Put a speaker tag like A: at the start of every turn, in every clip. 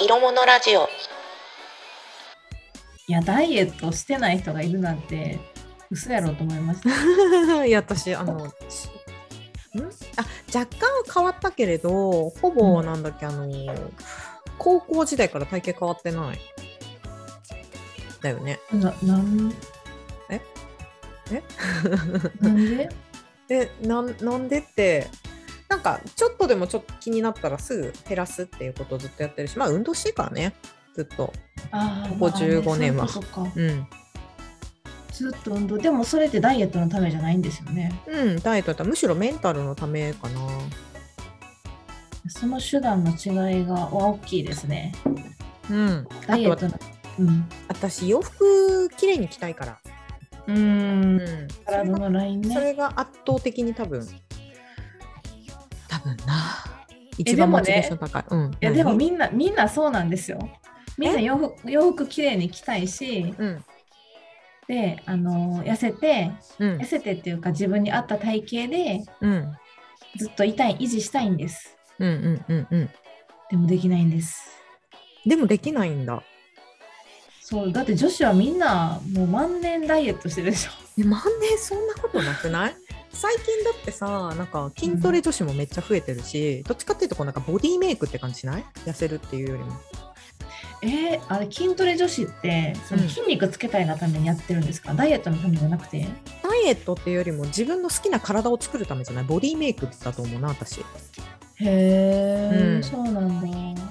A: 色物ラジオ
B: いやダイエットしてない人がいるなんて嘘やろうと思いました
C: いや私あのしんあ若干は変わったけれどほぼなんだっけ、あの高校時代から体型変わってないだよね
B: ななん
C: え
B: なんで
C: でなんなんでってなんかちょっとでもちょっと気になったらすぐ減らすっていうことをずっとやってるしまあ運動してるからねずっと
B: ああ
C: ここ15年は
B: そういうことか
C: うん
B: ずっと運動でもそれってダイエットのためじゃないんですよね
C: うんダイエットだったらむしろメンタルのためかな
B: その手段の違いがは大きいですね
C: うん
B: ダイエットのうん
C: 私洋服綺麗に着たいから
B: う
C: うんん
B: 体のライン
C: そ
B: ね
C: れが圧倒的に多分多分な
B: え
C: 一番
B: でも
C: モ
B: ね
C: チベーション高い、うん
B: いやでも
C: 何
B: みんなみんなそうなんですよみんな洋服洋服綺麗に着たいし
C: うん
B: であの痩せて
C: うん
B: 痩せてっていうか自分に合った体型で
C: うん
B: ずっと痛い維持したいんです
C: うんうんうんうん
B: でもできないんです
C: でもできないんだ
B: そうだって女子はみんなもう万年ダイエットしてるでしょ
C: え万年そんなことなくない最近だってさなんか筋トレ女子もめっちゃ増えてるし、どっちかっていうとこうなんかボディメイクって感じしない痩せるっていうよりも
B: えー、あれ筋トレ女子ってその
C: うん
B: 筋肉つけたいがためにやってるんですか、ダイエットのためじゃなくて
C: ダイエットっていうよりも自分の好きな体を作るためじゃないボディメイクだと思うな私
B: へえ、
C: うん
B: そうなんだ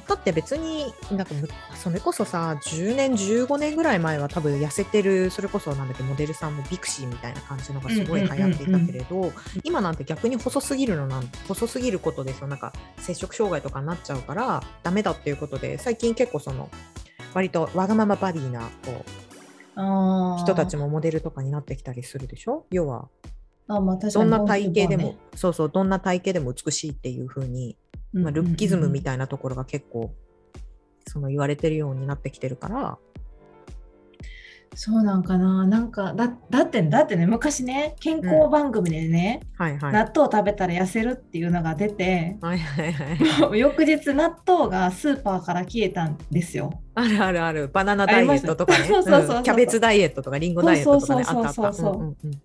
C: だって別になんかむそれこそさ10年15年ぐらい前は多分痩せてるそれこそなんだっけモデルさんもビクシーみたいな感じのがすごい流行っていたけれど今なんて逆に細すぎるのなん細すぎることでそのなんか摂食障害とかになっちゃうからダメだっていうことで最近結構その割とわがままバディなこ
B: あ
C: う
B: ー
C: 人たちもモデルとかになってきたりするでしょ要は
B: あ、まあ、確か
C: どん
B: に
C: な体型でも、
B: ボディーね
C: そうそうどんな体型でも美しいっていう風に
B: うん
C: まあ、ルッキズムみ
B: い
C: たいなところが結構その言われてるようになってきてるから、
B: そうなんかななんかだだってだってね昔ね健康番組でね、
C: はいはい、
B: 納豆食べたら痩せるっていうのが出て
C: はいはいは い
B: 翌日納豆がスーパーから消えたんですよ。
C: あるあるあるバナナダイエットとか
B: あ
C: ね
B: りましたそうそうそうそう
C: うんキャベツダイエットとかリンゴダイエットとかねあ
B: そう
C: っ
B: そう
C: たあ
B: そうそう
C: ったうんうんうん
B: い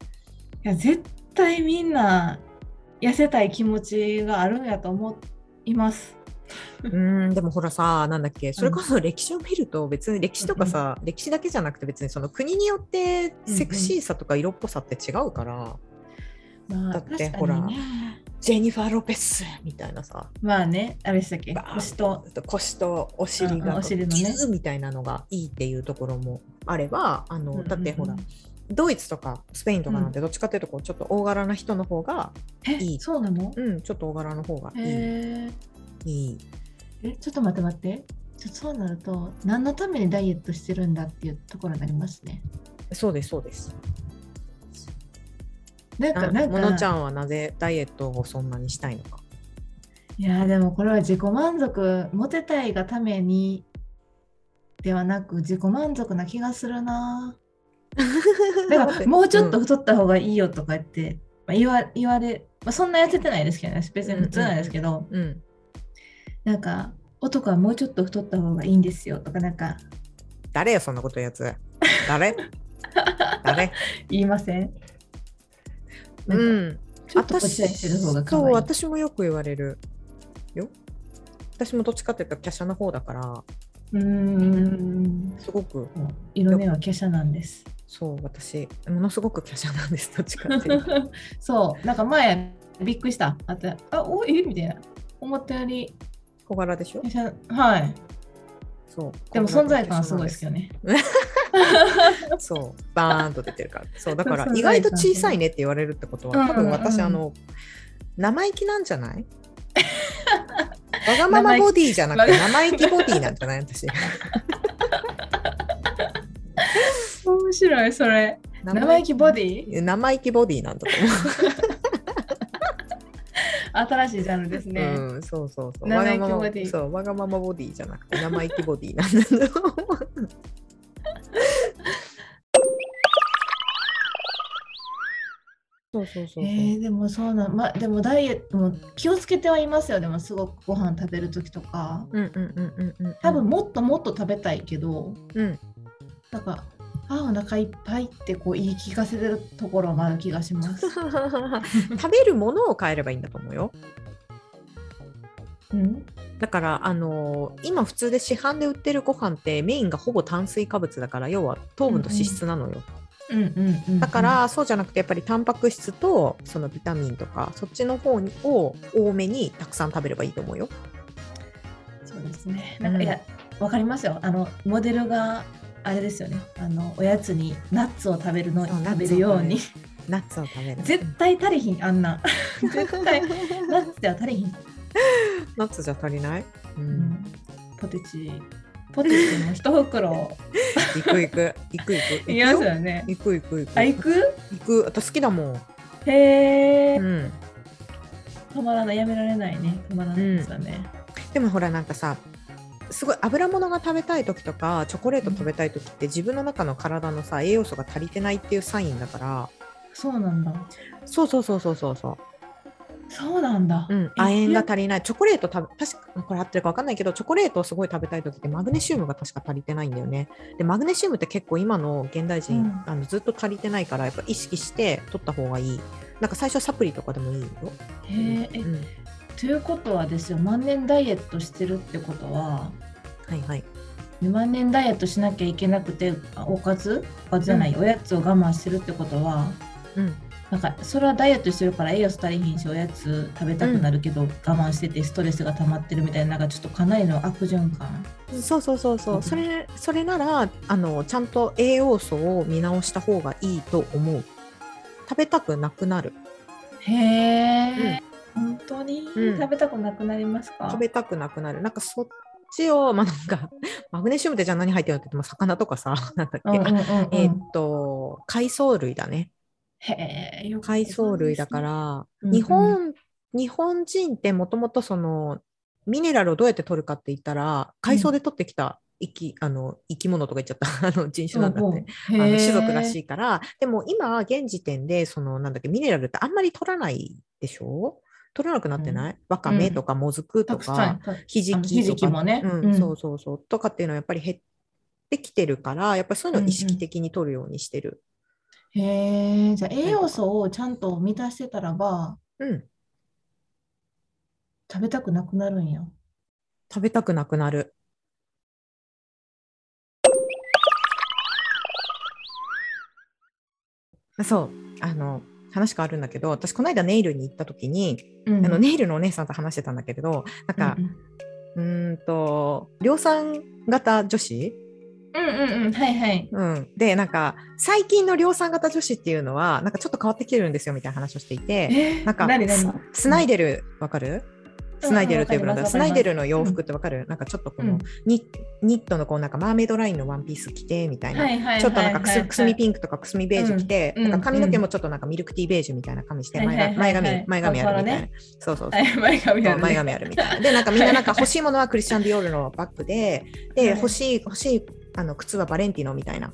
B: や絶対みんな痩せたい気持ちがあるんやと思います。
C: うーんでもほらさなんだっけそれこそ歴史を見ると別に歴史とかさ、歴史だけじゃなくて別にその国によってセクシーさとか色っぽさって違うから、
B: まあ、
C: だって
B: 確かに
C: ほら
B: ね
C: ジェニファー・ロペスみたいなさ
B: まあねあれでしたっけ
C: バーン
B: 腰と
C: 腰とお尻
B: うんうん
C: が
B: お尻のね
C: キューみたいなのがいいっていうところもあればあ
B: うんうんう
C: の
B: ん
C: だってほらドイツとかスペインとかなんてどっちかっていうとこうちょっと大柄な人の方が
B: え
C: いい
B: そうなの
C: うんちょっと大柄の方がい
B: へー
C: いいい
B: えちょっと待って待ってちょそうなると何のためにダイエットしてるんだっていうところになりますね。
C: そうですそうです
B: なんか
C: な
B: なん
C: もの
B: か
C: ちゃんはなぜダイエットをそんなにしたいのか
B: いやーでもこれは自己満足モテたいがためにではなく自己満足な気がするな ーだからもうちょっと太った方がいいよとか言って、まあ、言わ言われ、まあ、そんな痩せてないですけどね別に普通なんですけど、
C: うん
B: なんか男はもうちょっと太った方がいいんですよとかなんか
C: 誰よそんなことやつ 誰誰
B: 言いませんなんか
C: うん
B: ちょっとぽっちゃりしてる方が可愛い
C: 私そう私もよく言われるよ私もどっちかっていうと華奢な方だから
B: うーん
C: すごく
B: もう色目は華奢なんです
C: そう私ものすごく華奢なんですどっちかってい うと
B: そうなんか前びっくりしたあとあおいみたいな思ったより
C: 小柄でしょ
B: 華奢はい
C: そう
B: でも存在感はすごいですけ
C: よ
B: どね。
C: そうバーンと出てるから そうだから
B: そう
C: 意外と小さいねって言われるってこと
B: うん
C: は多分私
B: うん
C: あの生意気なんじ ゃないわがままボディじゃなくて生意気ボディなんじゃない私
B: 面白いそれ。 生意気ボディ
C: 生意気ボディなんだと思う
B: 新しいジャンルですね。
C: うん、そうそうそう。
B: 生意気ボディ
C: わがままそう、わがままボディじゃなくて、生意気ボディなんだろう。 そうそうそうそう。
B: えー、でもそうなん、まあ、でもダイエットも気をつけてはいますよでもすごくご飯食べる時とか
C: うんうんうんうんうんうん。
B: 多分もっともっと食べたいけど
C: うん。。
B: なんかあーお腹いっぱいってこう言い聞かせてるところもある気がし ます
C: 食べるものを変えればいいんだと思うよ。
B: うん、
C: だから、あのー今普通で市販で売ってるご飯ってメインがほぼ炭水化物だから要は糖分と脂質なのよ。
B: うんうんうん、
C: だから、そうじゃなくてやっぱりタンパク質とそのビタミンとかそっちの方にを多めにたくさん食べればいいと思うよ。
B: そうですね。なんか、
C: うん
B: いや、わかりますよ。あの、モデルが。あれですよね。あの、おやつにナッツを食べるの、
C: そう
B: 食べるように。
C: ナッツを食べる。
B: 絶対足りひん、あんな。 絶対ナッツでは足りひん。
C: ナッツじゃ足りない、う、
B: うんん、ポテチ。ポテチも一袋。
C: 行く行く行く行く
B: いますよね。
C: 行く行く行く
B: あ、行く。
C: 行く私好きだもん。
B: へえ、
C: うん
B: 止まらない、やめられないね。止まらないですよね。
C: でもほらなんかさすごい油物が食べたい時とかチョコレート食べたい時って自分の中の体のさ栄養素が足りてないっていうサインだから
B: そうなんだ。
C: そうそうそうそうそうそ
B: そうなんだ。
C: う、うん、亜鉛が足りないチョコレート食べ確かこれ合ってるか分かんないけどチョコレートをすごい食べたい時ってマグネシウムが確か足りてないんだよねでマグネシウムって結構今の現代人、
B: うん
C: あのずっと足りてないからやっぱ意識して取った方がいいなんか最初サプリとかでもいいよ、
B: え。へえ
C: う、ん、
B: ということはですよ。万年ダイエットしてるってことは。
C: はいはい
B: 2万年ダイエットしなきゃいけなくてあおかずおかずじゃない、おやつを我慢してるってことは
C: うん
B: なんかそれはダイエットしてるから栄養素足りひんしおやつ食べたくなるけど、我慢しててストレスが溜まってるみたいななんかちょっとかなりの悪循環
C: そうそうそうそううんそれそれならあのちゃんと栄養素を見直した方がいいと思う食べたくなくなる
B: へえ、本当に、
C: うん
B: 食べたくなくなりますか
C: 食べたくなくなるなんかそっちをまあなんか マグネシウムってじゃあ何入ってるのって言っても魚とかさなんだっけ、
B: うんうんうんうん、
C: えーっと海藻類だね
B: へえよく
C: 海藻類だから、
B: うん
C: 日本日本人ってもともとそのミネラルをどうやって取るかって言ったら海藻で取ってきた生き,、あの生き物とか言っちゃった あの人種なんだって。
B: うんうん
C: あ
B: へ
C: の
B: え
C: 種族らしいから、でも今、現時点で、その、なんだっけ、ミネラルってあんまり取らないでしょ取らなくなってない、わかめとか、もずく
B: た
C: と
B: くさ
C: か、
B: んた
C: ひじ
B: あの
C: きとか。
B: ひじきもね
C: うん
B: うん
C: そうそうそう。とかっていうのはやっぱり減ってきてるから、やっぱりそういうの
B: う
C: を意
B: んう
C: 識
B: ん
C: 的に取るようにしてる。
B: へえじゃあ栄養素をちゃんと満たしてたらば
C: うん。
B: 食べたくなくなるんや
C: 食べたくなくなる。そう、あの、話変わるんだけど、私、この間ネイルに行った時に、
B: うん
C: あのネイルのお姉さんと話してたんだけれど、なんか、うーんと量産型女子、
B: うんうんうんはいはい。
C: うん、でなんか最近の量産型女子っていうのはなんかちょっと変わってきてるんですよみたいな話をしていて
B: え
C: なんか
B: 何
C: ス
B: 何
C: スナイデルわかる
B: うん
C: スナイデルというブランド
B: わ
C: ス
B: かりま
C: ナ
B: す
C: イデルの洋服ってわかる、なんかちょっとこ
B: う
C: の、
B: ん
C: ニニットのこうなんかマーメイドラインのワンピース着てみたいな、
B: はいはいはいはいはい
C: ちょっとなんかくすくすみピンクとかくすみベージュ着て、
B: うん
C: なんか髪の毛もちょっとなんかミルクティーベージュみたいな髪して
B: はい
C: 前
B: はいはい
C: 髪前髪前髪あるみたい
B: パ
C: な、そうそうそう
B: はい前髪あ
C: そう
B: る
C: 前
B: ね。
C: 髪あるみたいな。で、なんかみんななんか欲しいものはクリスチャン・ディオールのバッ グで、で、
B: はい
C: 欲しい、欲しい、あの、靴はバレンティノみたいな。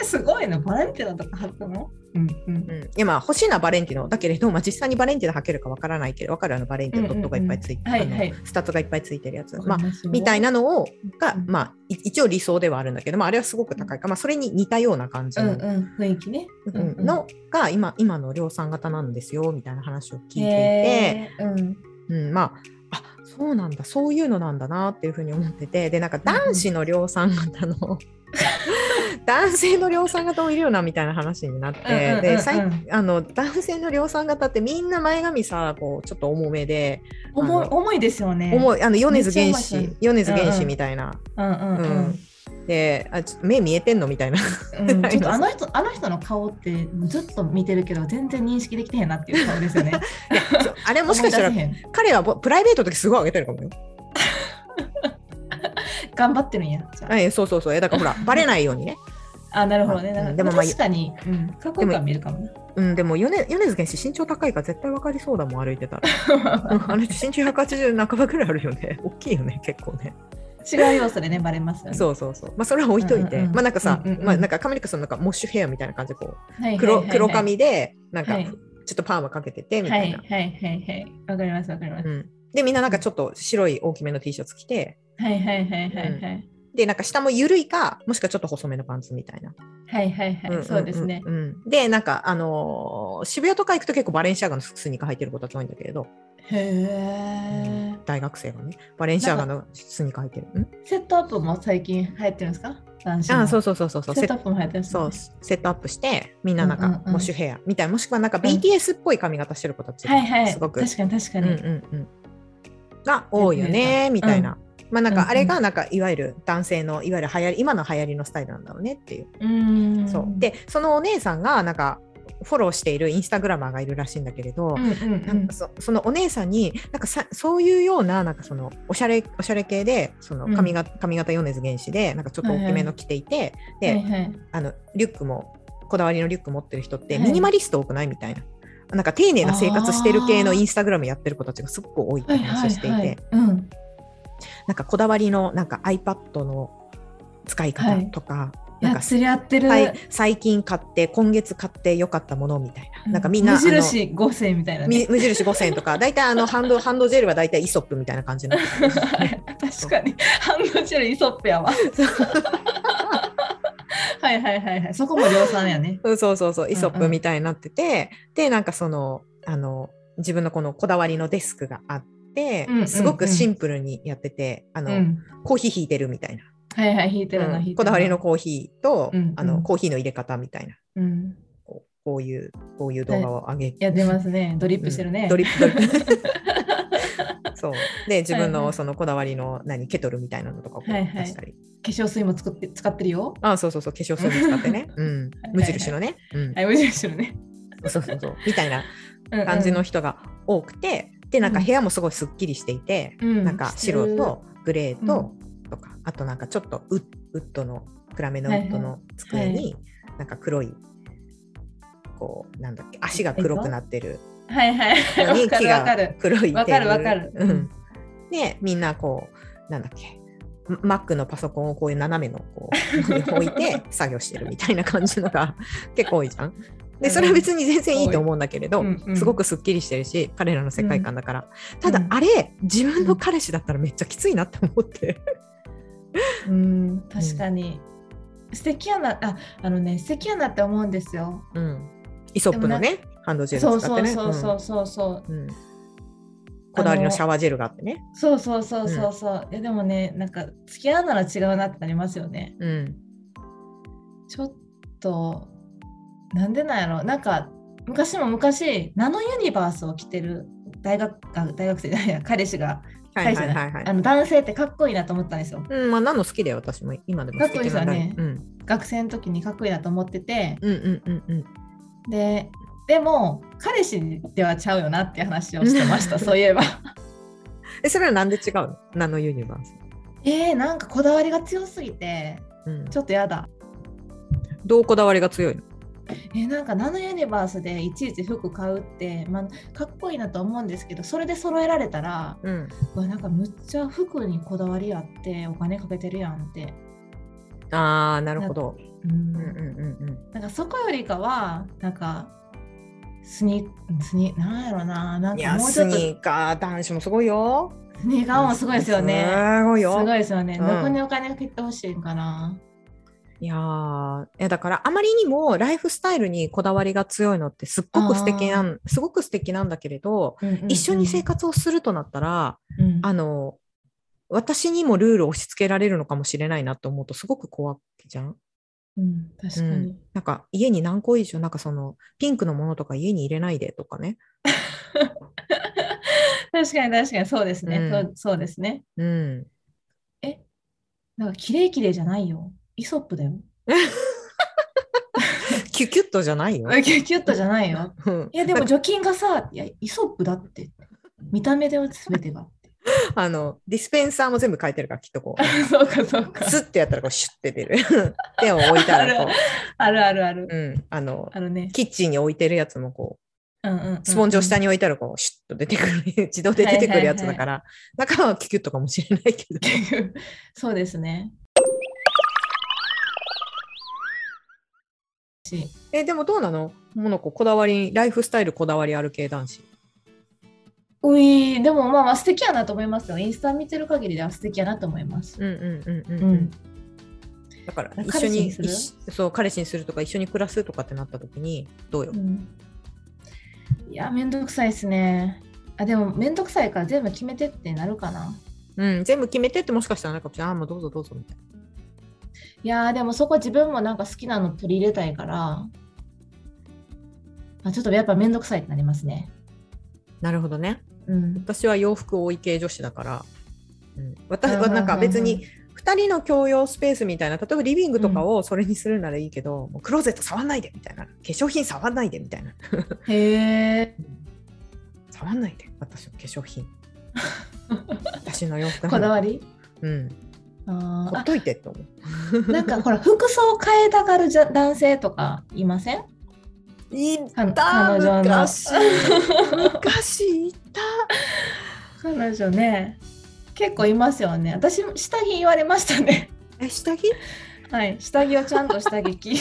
B: え すごいなバレンティナとか履くの？うんうん
C: うん。いや、まあ、欲しいのはバレンティノだけれど、まあ、実際にバレンティノ履けるかわからないけど、わかるあの、バレンティノドットがいっぱいついて、
B: うんうんうんはい
C: あ
B: は
C: のスタッツがいっぱいついてるやつ。
B: わ
C: まあ
B: かり、ますよ
C: みたいなのを、が
B: うん、
C: まあ、い一応理想ではあるんだけど、まあ、あれはすごく高いから、まあ、それに似たような感じ
B: うん
C: の。
B: うん雰囲気ね。
C: うんのが今今の量産型なんですよみたいな話を聞いていて、
B: へーうん
C: うん、まああそうなんだそういうのなんだなっていうふうに思っててでなんか男子の量産 型の男性の量産型もいるよなみたいな話になって、
B: うんうんうんう
C: で
B: ん
C: 最あの男性の量産型ってみんな前髪さこうちょっと重めで、
B: 重い
C: あの
B: 重いですよね。
C: 重いあの米津
B: め
C: 玄
B: っちゃ重い
C: 師
B: ね
C: 米津玄
B: うんう
C: 師
B: ん
C: みたいな、
B: うんうんう
C: うん
B: ん。
C: であちょっと目見えてんのみた いな
B: うん ちょっとあの人あの人の顔ってずっと見てるけど全然認識できてへんなっていう顔ですよね。
C: そうあれ もしかしたら
B: 思い出せへん
C: 彼はぼプライベートの時すごい上げてるかもよ。
B: 頑張ってるんや。じゃあ
C: はい、そうそうそうえだからほらバレないようにね、
B: あなるほど
C: う
B: ね。
C: ん
B: なんか
C: でもまあ
B: 確かにうんかっこよくは見えるかもね。
C: うん、でも米米津玄師身長高いから絶対分かりそうだもん歩いてたら。うんあれ身長180半ばぐらいあるよね。大きいよね、結構ね。
B: 違う要素でね、バレますよね。
C: そうそうそう。まあそれは置いといて、
B: うんうんうん
C: まあなんかさ、
B: うんうんうん
C: まあなんかカメリックさんなんかモッシュヘアみたいな感じでこう
B: はい
C: 黒,、
B: はいはいはい
C: 黒髪でなんか
B: はい
C: ちょっとパーマかけててみ
B: は
C: た
B: い
C: いな、
B: はいはいはい。わかりますわかります。
C: うん、でみんななんかちょっと白い大きめの T シャツ着て
B: はいはいはいはいはい。
C: でなんか下も緩いかもしくはちょっと細めのパンツみたいな、
B: はいはい
C: んん
B: は
C: ん
B: い。そうですね。
C: うんでなんかあのー渋谷とか行くと結構バレンシアガのスニーカー履いてる子たち多いんだけれど、
B: へえ。
C: 大学生がねバレンシアガのスニーカー履いてるん
B: セットアップも最近流行ってるんですか男子の
C: あそうそうそうそうそう
B: セ
C: セ
B: ッ
C: ッ
B: トアップも流行ってるんです
C: そ
B: ね
C: うセットアップしてみんななんか
B: うんうんうん
C: モッシュヘアみたいなもしくはなんか
B: ん
C: BTS っぽい髪型してる子たち
B: はいはい。
C: すごく
B: 確かに確か
C: うん
B: に。
C: うんうん、が多いよねみたいな、まあなん
B: うんう
C: か
B: ん
C: あれがなんかいわゆる男性のいわゆる流行り今の流行りのスタイルなんだろうねっていう、
B: うーん。
C: そうでそのお姉さんがなんかフォローしているインスタグラマーがいるらしいんだけれ
B: うん
C: ど、
B: うんう
C: なん
B: ん
C: か。そそのお姉さんになんかさそういうようななんかそのおしゃれおしゃれ系でその髪が、髪型米津玄師でなんかちょっと大きめの着ていて、で、
B: はいはい。
C: あのリュックもこだわりのリュック持ってる人って
B: はい
C: ミニマリスト多くないみたいな。なんか丁寧な生活してる系のインスタグラムやってる子たちがすごく多いって
B: はい
C: 話
B: は
C: を
B: い
C: していて、
B: はい。うん。
C: なんかこだわりのなんか iPad の使い方とか、
B: や
C: なんか
B: っつり合ってる。
C: さい最近買って今月買って良かったものみたいな、なんかみんな
B: 無印5世みたい
C: あ
B: な
C: の
B: ね。
C: み無印5000円とか大体あのハンドハンドジェルは大体イソップみたいな感じの
B: 確かにハンドチェルイソップやわ はいはいはいはいそこも量産やね
C: うんそうそうそうイソップみたいになってて、でなんかそのあの自分のこのこだわりのデスクがあって、
B: うんうん
C: すごくシンプルにやっててあ
B: う
C: の、
B: ん
C: コーヒー引いてるみたいな、
B: はいはい引いてるの
C: う
B: 引
C: ん
B: いてる
C: こだわりのコーヒーと、
B: うんうん
C: あのコーヒーの入れ方みたいな
B: うん
C: こうこういうこういう動画を上げて
B: やってますねドリップしてる
C: う
B: ね
C: んドリップド リップそうで自分
B: はいは
C: の
B: い
C: そのこだわりの何ケトルみたいなのとかをこう
B: はいはい
C: 出したり、
B: 化粧水も作って使ってるよ
C: あそうそうそう化粧水も使って ね、うん、無印のね、うん
B: はい無印のね
C: そうそうそうみたいな
B: うんうん
C: 感じの人が多くて、でなんか部屋もすごいすっきりしていて、
B: う
C: なんか白とグレーと、とかあとなんかちょっとウッウッドの暗めのウッドの机に、なんか黒いこうなんだっけ足が黒くなってる
B: はいはいはい
C: のに
B: わか
C: 木
B: るわか
C: が
B: る
C: 黒い
B: わかるわかる
C: テーブルうん、でみんなこうなんだっけ Mac のパソコンをこういう斜めのこう置い て作業してるみたいな感じのが 結構多いじゃん。でそれは別に全然いいと思うんだけれど、
B: うんうん
C: すごくすっきりしてるし彼らの世界観だから、た
B: う
C: だ
B: ん
C: あれ自分の彼氏だったらめっちゃきついなって思って、
B: うん確かに素敵やなああのね素敵やなって思うんですよ
C: うん、イソップのねハンドジェ
B: そ
C: ル
B: う
C: 使っ
B: そ
C: て
B: う
C: ね
B: そうそうそうそう
C: うんうんこだわりのシャワージェルがあってね、
B: そうそうそうそうそう、いやでもねなんか付き合うなら違うなってなりますよね
C: うん、
B: ちょっとなんでなんやろなんか昔も昔ナノユニバースを着てる大学あ大学生じゃないや彼氏が
C: はいはいはいはい
B: あの男性ってかっこいいなと思ったんですよ
C: うん、まあ、何の好きだよ、私も今でも好き
B: かっこいいです
C: う
B: よ
C: ん、
B: 学生の時にかっこいいなと思ってて
C: うん、うん、うん、うん。
B: ででも彼氏ではちゃうよなって話をしてま したそういえば
C: え、それはなんで違うの。ナノユニバース。
B: えー、なんかこだわりが強すぎて
C: うん、
B: ちょっとやだ
C: どうこだわりが強いの。
B: えなんかナノユニバースでいちいち服買うって、まあ、かっこいいなと思うんですけどそれで揃えられたら
C: うん、
B: うわなんかむっちゃ服にこだわりあってお金かけてるやんって、
C: ああ、なるほど。
B: うん
C: うん、うん、うん、
B: なんかそこよりかはなんかスニスニなんやろなないんか
C: や、
B: もうちょ
C: ス
B: っとス
C: ニーカー男子もすごいよ。
B: ニーカーもすごいですよね。
C: すごい
B: すご
C: よ。
B: いですよね。
C: うん
B: どこにお金かけてほしいんかな。
C: いやー、え、だから、あまりにもライフスタイルにこだわりが強いのって、すっごく素敵なん、すごく素敵なんだけれど。一緒に生
B: 活、
C: 活をするとなったら、
B: うん
C: あの。私にもルールを押し付けられるのかもしれないなと思うと、すごく怖いじゃん。
B: うん確かに。
C: うんなんか家に何個以上なんかそのピンクのものとか家に入れないでとかね、
B: 確かに確かにそうですね。
C: うん
B: そうそうですね。
C: うん、
B: え、なんか綺麗綺麗じゃないよ。イソップだよ。
C: キュキュッとじゃないよ。
B: えキュキュッとじゃないよ。
C: うん
B: いや、で
C: な
B: も
C: んか
B: 除菌がさ、いや、イソップだって。見た目で全てが。
C: あのディスペンサーも全部変えてるからきっとこ う
B: そうか、そうか。
C: スッてやったらこうシュッて出る 手を置いたらこ
B: あるあるあるある。
C: う、うん、あの
B: あのね、
C: キッチンに置いてるやつもこ
B: うんうんうん
C: スポンジを下に置いたらこうシュッと出てくる 自動で出てくるやつだから、中はキュキュッとかもしれないけ ど
B: そうですね。し
C: えでもどうなのモノコこだわりライフスタイルこだわりある系男子
B: ういでもまあまあ素敵やなと思いますよ。インスタ見てる限りでは素敵やなと思います。
C: うんうんうんうん、
B: う
C: うん
B: ん、
C: だから
B: あ
C: 一緒
B: 彼
C: に
B: 氏にする
C: 一緒そう彼氏にするとか一緒に暮らすとかってなった時にどうよ、
B: うんいや、めんどくさいですね。あ、でも、めんどくさいから全部決めてってなるかな。
C: うん全部決めてってもしかしたらなんかああもうどうぞどうぞみたい
B: いやー、でもそこ自分もなんか好きなの取り入れたいから、あ、ちょっとやっぱめんどくさいってなりますね。
C: ななるほどね
B: うん。
C: 私は洋服多い系女子だから、うん、私
B: うんう
C: は
B: ん
C: なんか別に2人の共用スペースみたいな例えばリビングとかをそれにするならいいけど、もうクローゼット触んないでみたいな化粧品触んないでみたいな
B: へえ。
C: 触んないで私の化 粧品私の洋服
B: こだ
C: わ
B: わり
C: うん
B: あ
C: ほ
B: ー
C: っといてって思う
B: あなんかほら服装変えたがるじゃ男性とかいません
C: い
B: か
C: た
B: 彼女の
C: 昔昔いた
B: 彼女ね結構いますよね私も下着言われました ね
C: え下着
B: はい下着をちゃんと下着 着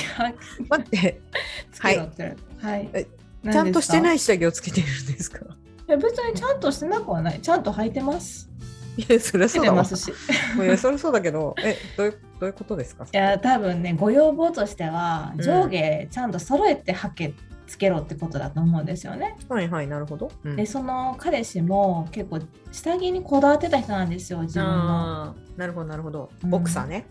C: 待って
B: つけろってはい、
C: えちゃんとしてないい下着をつけてるんですか
B: や別にちゃんとしてなくはないちゃんと履いてます
C: いやそりゃ
B: つけ
C: そう
B: て
C: だわ
B: ますしい
C: いやそりゃそうだけどえどういうどういうことですか
B: や多分ねご要望としては
C: うん
B: 上下ちゃんと揃えて履けつけろってことだと思うんですよね、
C: はいはいなるほど、うん
B: でその彼氏も結構下着にこだわってた人なんですよ自分の
C: あーなるほどなるほど
B: うん
C: ボクサーね、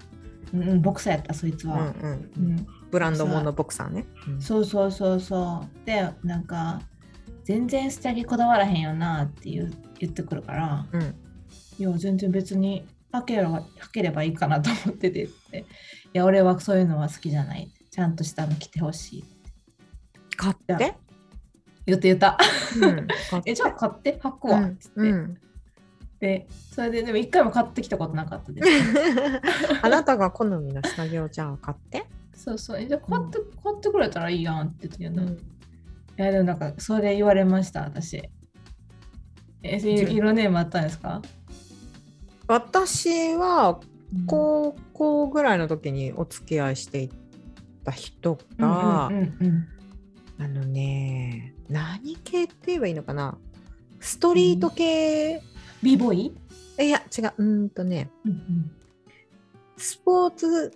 B: うんうん、ボクサーやったそいつ
C: うんう、
B: は、うん
C: ブランドもののボクサーね、うん
B: そうそうそうそうでなんか全然下着こだわらへんよなっていう言ってくるから
C: うん
B: いや全然別に履ければ履ければいいかなと思っててっていや俺はそういうのは好きじゃないちゃんとしたの着てほしい
C: 買って、
B: 言って言 った
C: うん、買って
B: えじゃあ買って履くわっつって、
C: うんうん
B: でそれででも一回も買ってきたことなかったです
C: あなたが好みの下着をじゃあ買って、
B: そうそうえじゃあ買って、買ってくれたらいいやんって言って言
C: う
B: うの、
C: ん
B: いやでもなんかそれ言われました私えそういう色ネームあったんですか
C: 私は高校ぐらいの時にお付き合いしていた人が、
B: うんうんうん
C: あのね何系って言えばいいのかなストリート系、
B: b ボーイ、
C: えいや違ううーんとね
B: うん
C: スポーツ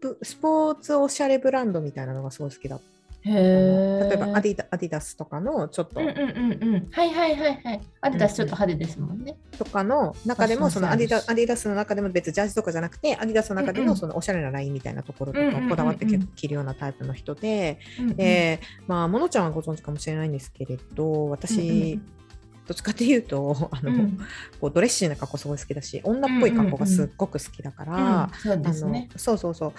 C: ぶスポーツおしゃれブランドみたいなのがすごい好きだった
B: うん、へ
C: の
B: え
C: 例えばアディダアディダスとかのちょっと
B: うんうんうんうんはいはいはいはいアディダスちょっと派手ですもんね、
C: とかの中でも
B: あ
C: そ
B: そう
C: のアディダ
B: そうです
C: アディダスの中でも別にジャージとかじゃなくてアディダスの中で
B: うんう
C: の
B: ん
C: そのおしゃれなラインみたいなところと
B: うんうん
C: か
B: うんうん
C: こだわって結構着るようなタイプの人で、
B: うんうん
C: えーまあモノちゃんはご存知かもしれないんですけれど私、どっちかっていうとあ
B: う
C: の、
B: んうんうん
C: こうドレッシーな格好すごい好きだし女っぽい格好がすっごく好きだから、
B: うんそう
C: あ
B: です
C: の
B: ね
C: そうそうそう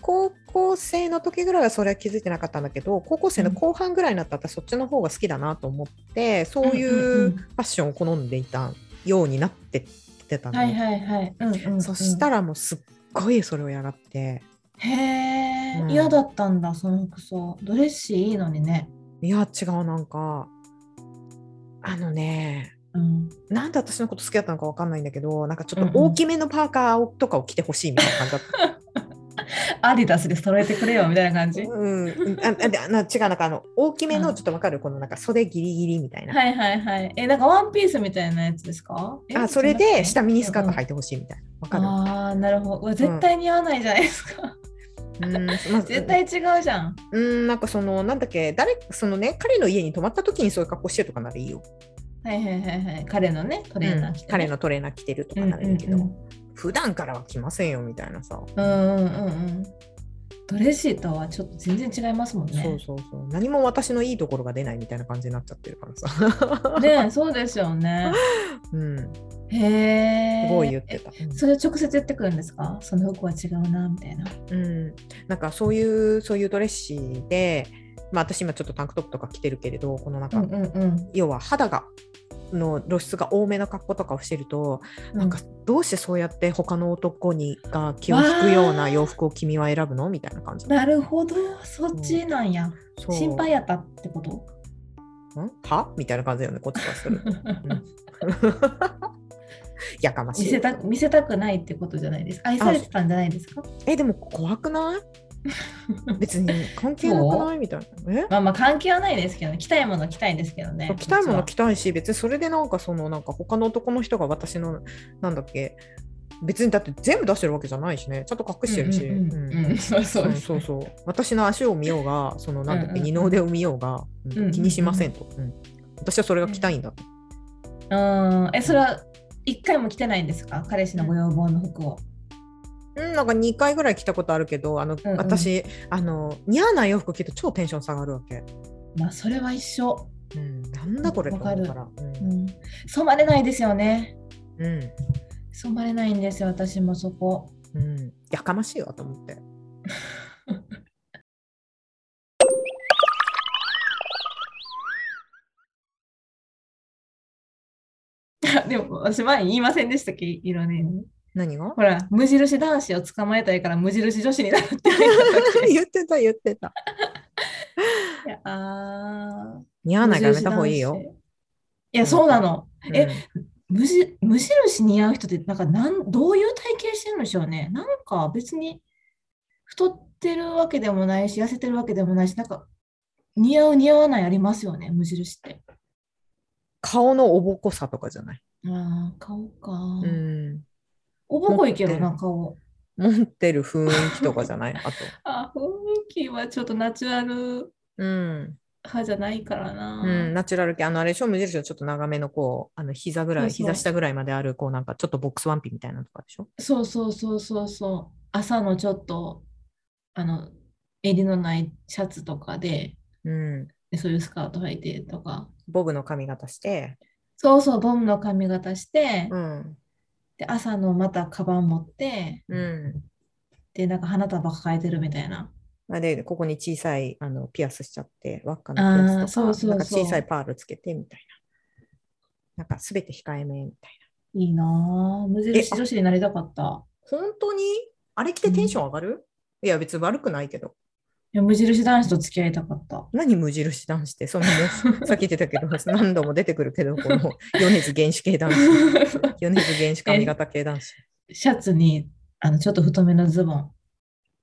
C: 高校生の時ぐらいはそれは気づいてなかったんだけど高校生の後半ぐらいになったら私そっちの方が好きだなと思ってそういううん
B: うんうん
C: ファッションを好んでいたようになってってたの、
B: はいはいはい、うんうんうん、
C: そしたらもうすっごいそれをやがって
B: へえ、
C: うん
B: 嫌だったんだその服装ドレッシーいいのにね
C: いや違うなんかあのね
B: うん
C: なんで私のこと好きだったのかわかんないんだけどなんかちょっと大きめのパーカーをとかを着てほしいみたいな感じだった
B: アディダスで揃えてくれよみたいな感じは
C: うん、ああであな違うなんかあの大きめ
B: う
C: の
B: ん
C: ちょっとわかるこのなんか袖ギリギリみたいな、
B: いはいはいえなんかワンピースみたいなやつですかえ
C: あそれで下ミニスカート
B: うん
C: 履いてほしいみたいなわかる、うん
B: ああなるほどうわ絶対似合わないじゃないですか、
C: まあ、
B: 絶対違うじゃん
C: うんなんかそのなんだっけ誰そのね彼の家に泊まった時にそういう格好してるとかならいいよ、
B: はいはいはいはい彼のねト
C: う
B: レーナー
C: ん
B: 着て、ね
C: 彼のトレーナー着てるとかならいいけど、普段からは着ませんよみたいなさ、
B: うんうんうんうんうんドレッシーとはちょっと全然違いますもんね。
C: そうそうそう何も私のいいところが出ないみたいな感じになっちゃってるからさ、
B: ねそうですよね。
C: うん、す
B: へえ。
C: ごい言ってた。うん
B: えそれ直接言ってくるんですかその服は違うなみたいな。
C: うん、なんかそういうそういうドレッシーで、まあ、私今ちょっとタンクトップとか着てるけれどこのなん
B: う
C: か、
B: んうんうん。
C: 要は肌がの露出が多めの格好とかをしてると、なんかどうしてそうやって他の男にが気を引くような洋服を君は選ぶのみたいな感じ
B: なるほど、そっちなんや。
C: そう
B: 心配やったってこと
C: んはみたいな感じだよねこっちからするとやかま
B: 見
C: し
B: せ
C: い
B: た見せたくないってことじゃないですか愛されてたんじゃないですか
C: えでも怖くない 別に関係なくないみたいなえ
B: まあまあ関係はないですけどね着たいもの着たいですけどね
C: 着たいもの
B: こ
C: 着たいし別にそれでなんかそのなんか他の男の人が私のなんだっけ別にだって全部出してるわけじゃないしねちゃんと隠
B: っ
C: し
B: ち
C: て
B: は
C: るし、
B: うんうんうんう
C: う
B: んんそう
C: そ
B: そうう
C: そうそう私の足を見ようがそのなんだっ
B: う
C: け
B: んうんうん
C: 二の腕を見ようが、うん
B: うんうんうん
C: 気にしませんと、うん私はそれが着たいんだと、
B: うんえそれは一回も着てないんですか彼氏のご要望の服を
C: うん、なんか2回ぐらい着たことあるけどあの、
B: うんうん
C: 私あの似合わない洋服着ると超テンション下がるわけ、
B: まあそれは一緒、
C: うん、なんだこれと思うからう
B: うんん、染まれないですよね
C: うん
B: 染まれないんですよ私もそこ
C: うん、やかましいわと思って
B: でも私前に言いませんでしたっけ色ね
C: 何が
B: ほら無印男子を捕まえたいから無印女子になるって 言
C: 言ってた言ってた
B: ってあ
C: 似合わないからやめた方がいいよ、
B: いやそうなの
C: うん
B: え無印無印似合う人ってなんかなんどういう体型してるんでしょうねなんか別に太ってるわけでもないし痩せてるわけでもないしなんか似合う似合わないありますよね無印って
C: 顔のおぼこさとかじゃない、
B: あー顔か、
C: うん、
B: おぼこいけど
C: 持っ
B: な顔
C: 持ってる雰囲気とかじゃないあと、
B: あ雰囲気はちょっとナチュラル
C: うん
B: 派じゃないからな
C: うん、ナチュラル系あのあれでしょ無印のちょっと長めのこうあの膝ぐらい
B: そうそう
C: 膝下ぐらいまであるこうなんかちょっとボックスワンピみたいなのとかでしょ
B: そうそうそうそうそう朝のちょっとあの襟のないシャツとかで
C: うん
B: でそういうスカート履いてとか
C: ボブの髪型して
B: そうそう、ボムの髪型して、
C: うん
B: で、朝のまたカバン持って、
C: うん
B: で、なんか花束抱えてるみたいな。
C: あれここに小さいあのピアスしちゃって輪っかのピアスと
B: あーそ
C: か
B: うそうそう
C: なんか小さいパールつけてみたいななんかすべて控えめみたい
B: いいなぁ。無印女子になりたかった。
C: な本当にあれ着てテンション上がる、いや別に悪くないけど
B: いや無印男子と付き合いたかった。
C: 何無印男子ってその もうさっき言ってたけど何度も出てくるけどこ の米津原始系男子米津原始髪型系男子
B: シャツに、あの、ちょっと太めのズボン。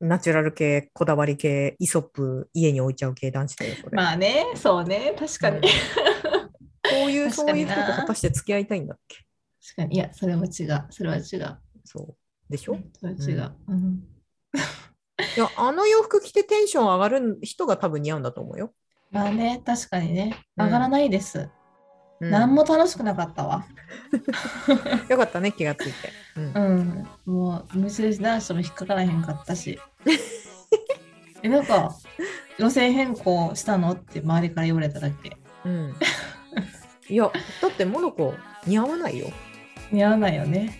C: ナチュラル系、こだわり系、イソップ、家に置いちゃう系男子だよ、これ。
B: まあね、そうね、確かに。
C: うん
B: 確
C: こういう、
B: 確
C: そ
B: か
C: ういう
B: に
C: 人
B: な
C: と果たして付き合いたいんだっけ
B: かに。いや、それは違う。それは違う。
C: そう。でしょ、い
B: それは違う。うん。
C: や、あの洋服着てテンション上がる人が多分似合うんだと思うよ。
B: まあね、確かにね。
C: うん
B: 上がらないです。
C: うん
B: 何も楽しくなかったわ。
C: よかったね、気がついて。うん
B: うん、もう無印男子とも引っかからへんかったし えなんか路線変更したのって周りから言われただけ
C: うん。いや、だってモノコ似合わないよ。
B: 似合わないよね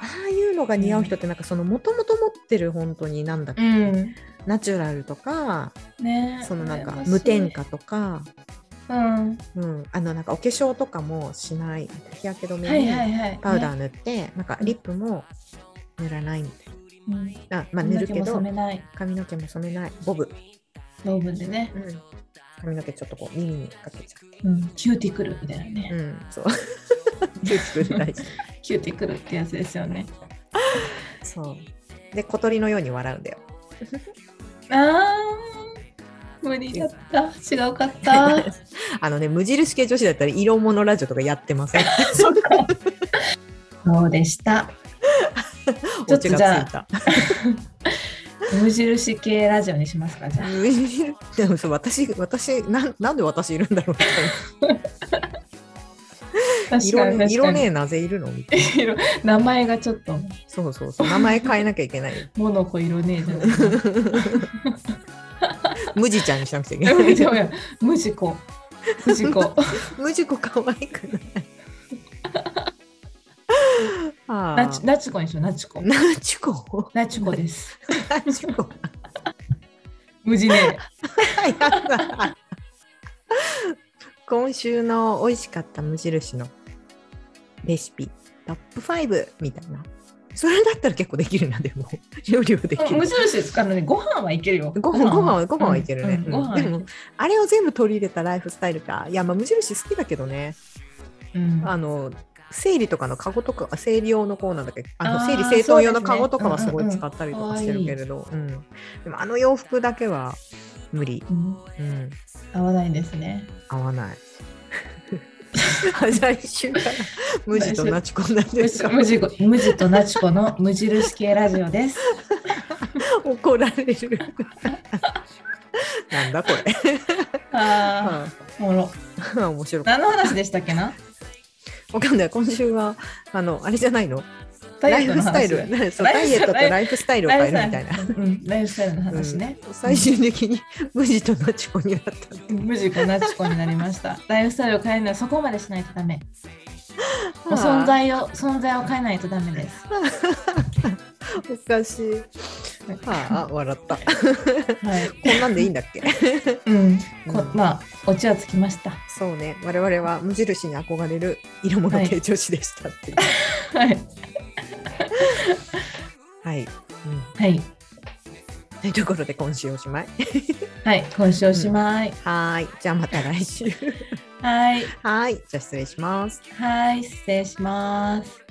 C: ああいうのが似合う人って、なんかその、もともと持ってる本当になんだっけ、
B: ん
C: ナチュラルとか、
B: ね
C: そのなんか
B: 羨ましい
C: 無添加とか、
B: うん
C: うん、あのなんかお化粧とかもしない、日焼け止め
B: は
C: に
B: いはいはい
C: パウダー
B: ね
C: 塗って、なんかリップも塗らないみたい
B: うん
C: な。あまあ塗る
B: 髪の毛
C: け
B: も
C: ど
B: 染めない
C: 髪の毛も染めないボブ、
B: ローブでね、
C: うん、髪の毛ちょっとこう耳にかけちゃって、
B: うん、キューティクルみたいなね、
C: うん、そうキューティクル大事
B: キューティクルってやつですよね
C: そうで小鳥のように笑うんだよ
B: あー無理だった違うかった
C: あのね無印系女子だったら色物ラジオとかやって ません
B: そうでした
C: オ
B: ちょっと
C: チ
B: じゃあ
C: がついた
B: 無印系ラジオにしますかじゃあ
C: 無印 でもそう私私なんなんで私いるんだろうみたい
B: 確か
C: な
B: に確か
C: 色
B: に
C: 色ねなぜいるのみたいな
B: 色名前がちょっと
C: そうそうそう名前変えなきゃいけないよ
B: モノコ色ねえじゃない
C: 無地ちゃんにしなくちゃいけない
B: 無事無事故無事故
C: 無事故可愛くないあ
B: ナチナチコにしようナチコ
C: ナチコ
B: ナチコです
C: ナチコ
B: 無事ね
C: やだ今週の美味しかった無印のレシピトップ5みたいなそれだったら結構できるなでも料理はできる
B: 無印ですあのねご飯はいけるよ
C: ご飯ご飯はご飯はいけるね、
B: うんうんご飯は
C: で
B: いける
C: もあれを全部取り入れたライフスタイルかいやまあ無印好きだけどね
B: うん
C: あの整理とかのカゴとか整理用のこうなんだっけあ
B: あ
C: の
B: ー
C: 整理整頓用の
B: そうですね
C: カゴとかはすご
B: うんう
C: い
B: んうん
C: 使ったりとかしてるけれど、うんでもあの洋服だけは無理、
B: うん
C: うん、
B: 合わないんですね
C: 合 わないあじゃあ一週間無地とナチコなん
B: 無
C: です
B: 地
C: か
B: 無地無地とナチコの無印系ラジオです
C: 怒られるなんだこれ
B: あーおもろ
C: うん 面白かっ
B: 何の話でしたっけな
C: たわかんない今週はあのあれじゃないの
B: ダ
C: ラ
B: イ
C: イ
B: エットの
C: フスタイ
B: 話
C: ルそう
B: ラ
C: ダ
B: イ
C: イエ
B: フ
C: ットと
B: ラ
C: ライフスタイルを変えるみたいな
B: うんライフスタイルの話ね、
C: うん最終的に無地とナチコになった
B: 無地とナチコになりましたライフスタイルを変えるのはそこまでしないとダメもう存在を存在を変えないとダメです
C: おかしい。ああ、笑った。こ
B: はい、
C: んなんでいいんだっけ。
B: うん、こ
C: うん
B: まあオチはつきました
C: そうね、我々は無印に憧れる色物系女子でしたっていう。
B: はい、
C: はい。うん
B: はい
C: というところで今週おしまい。
B: はい、今週おしまい、
C: はーい。じゃあまた来週。
B: はい
C: はーい。じゃあ失礼します。
B: はい失礼します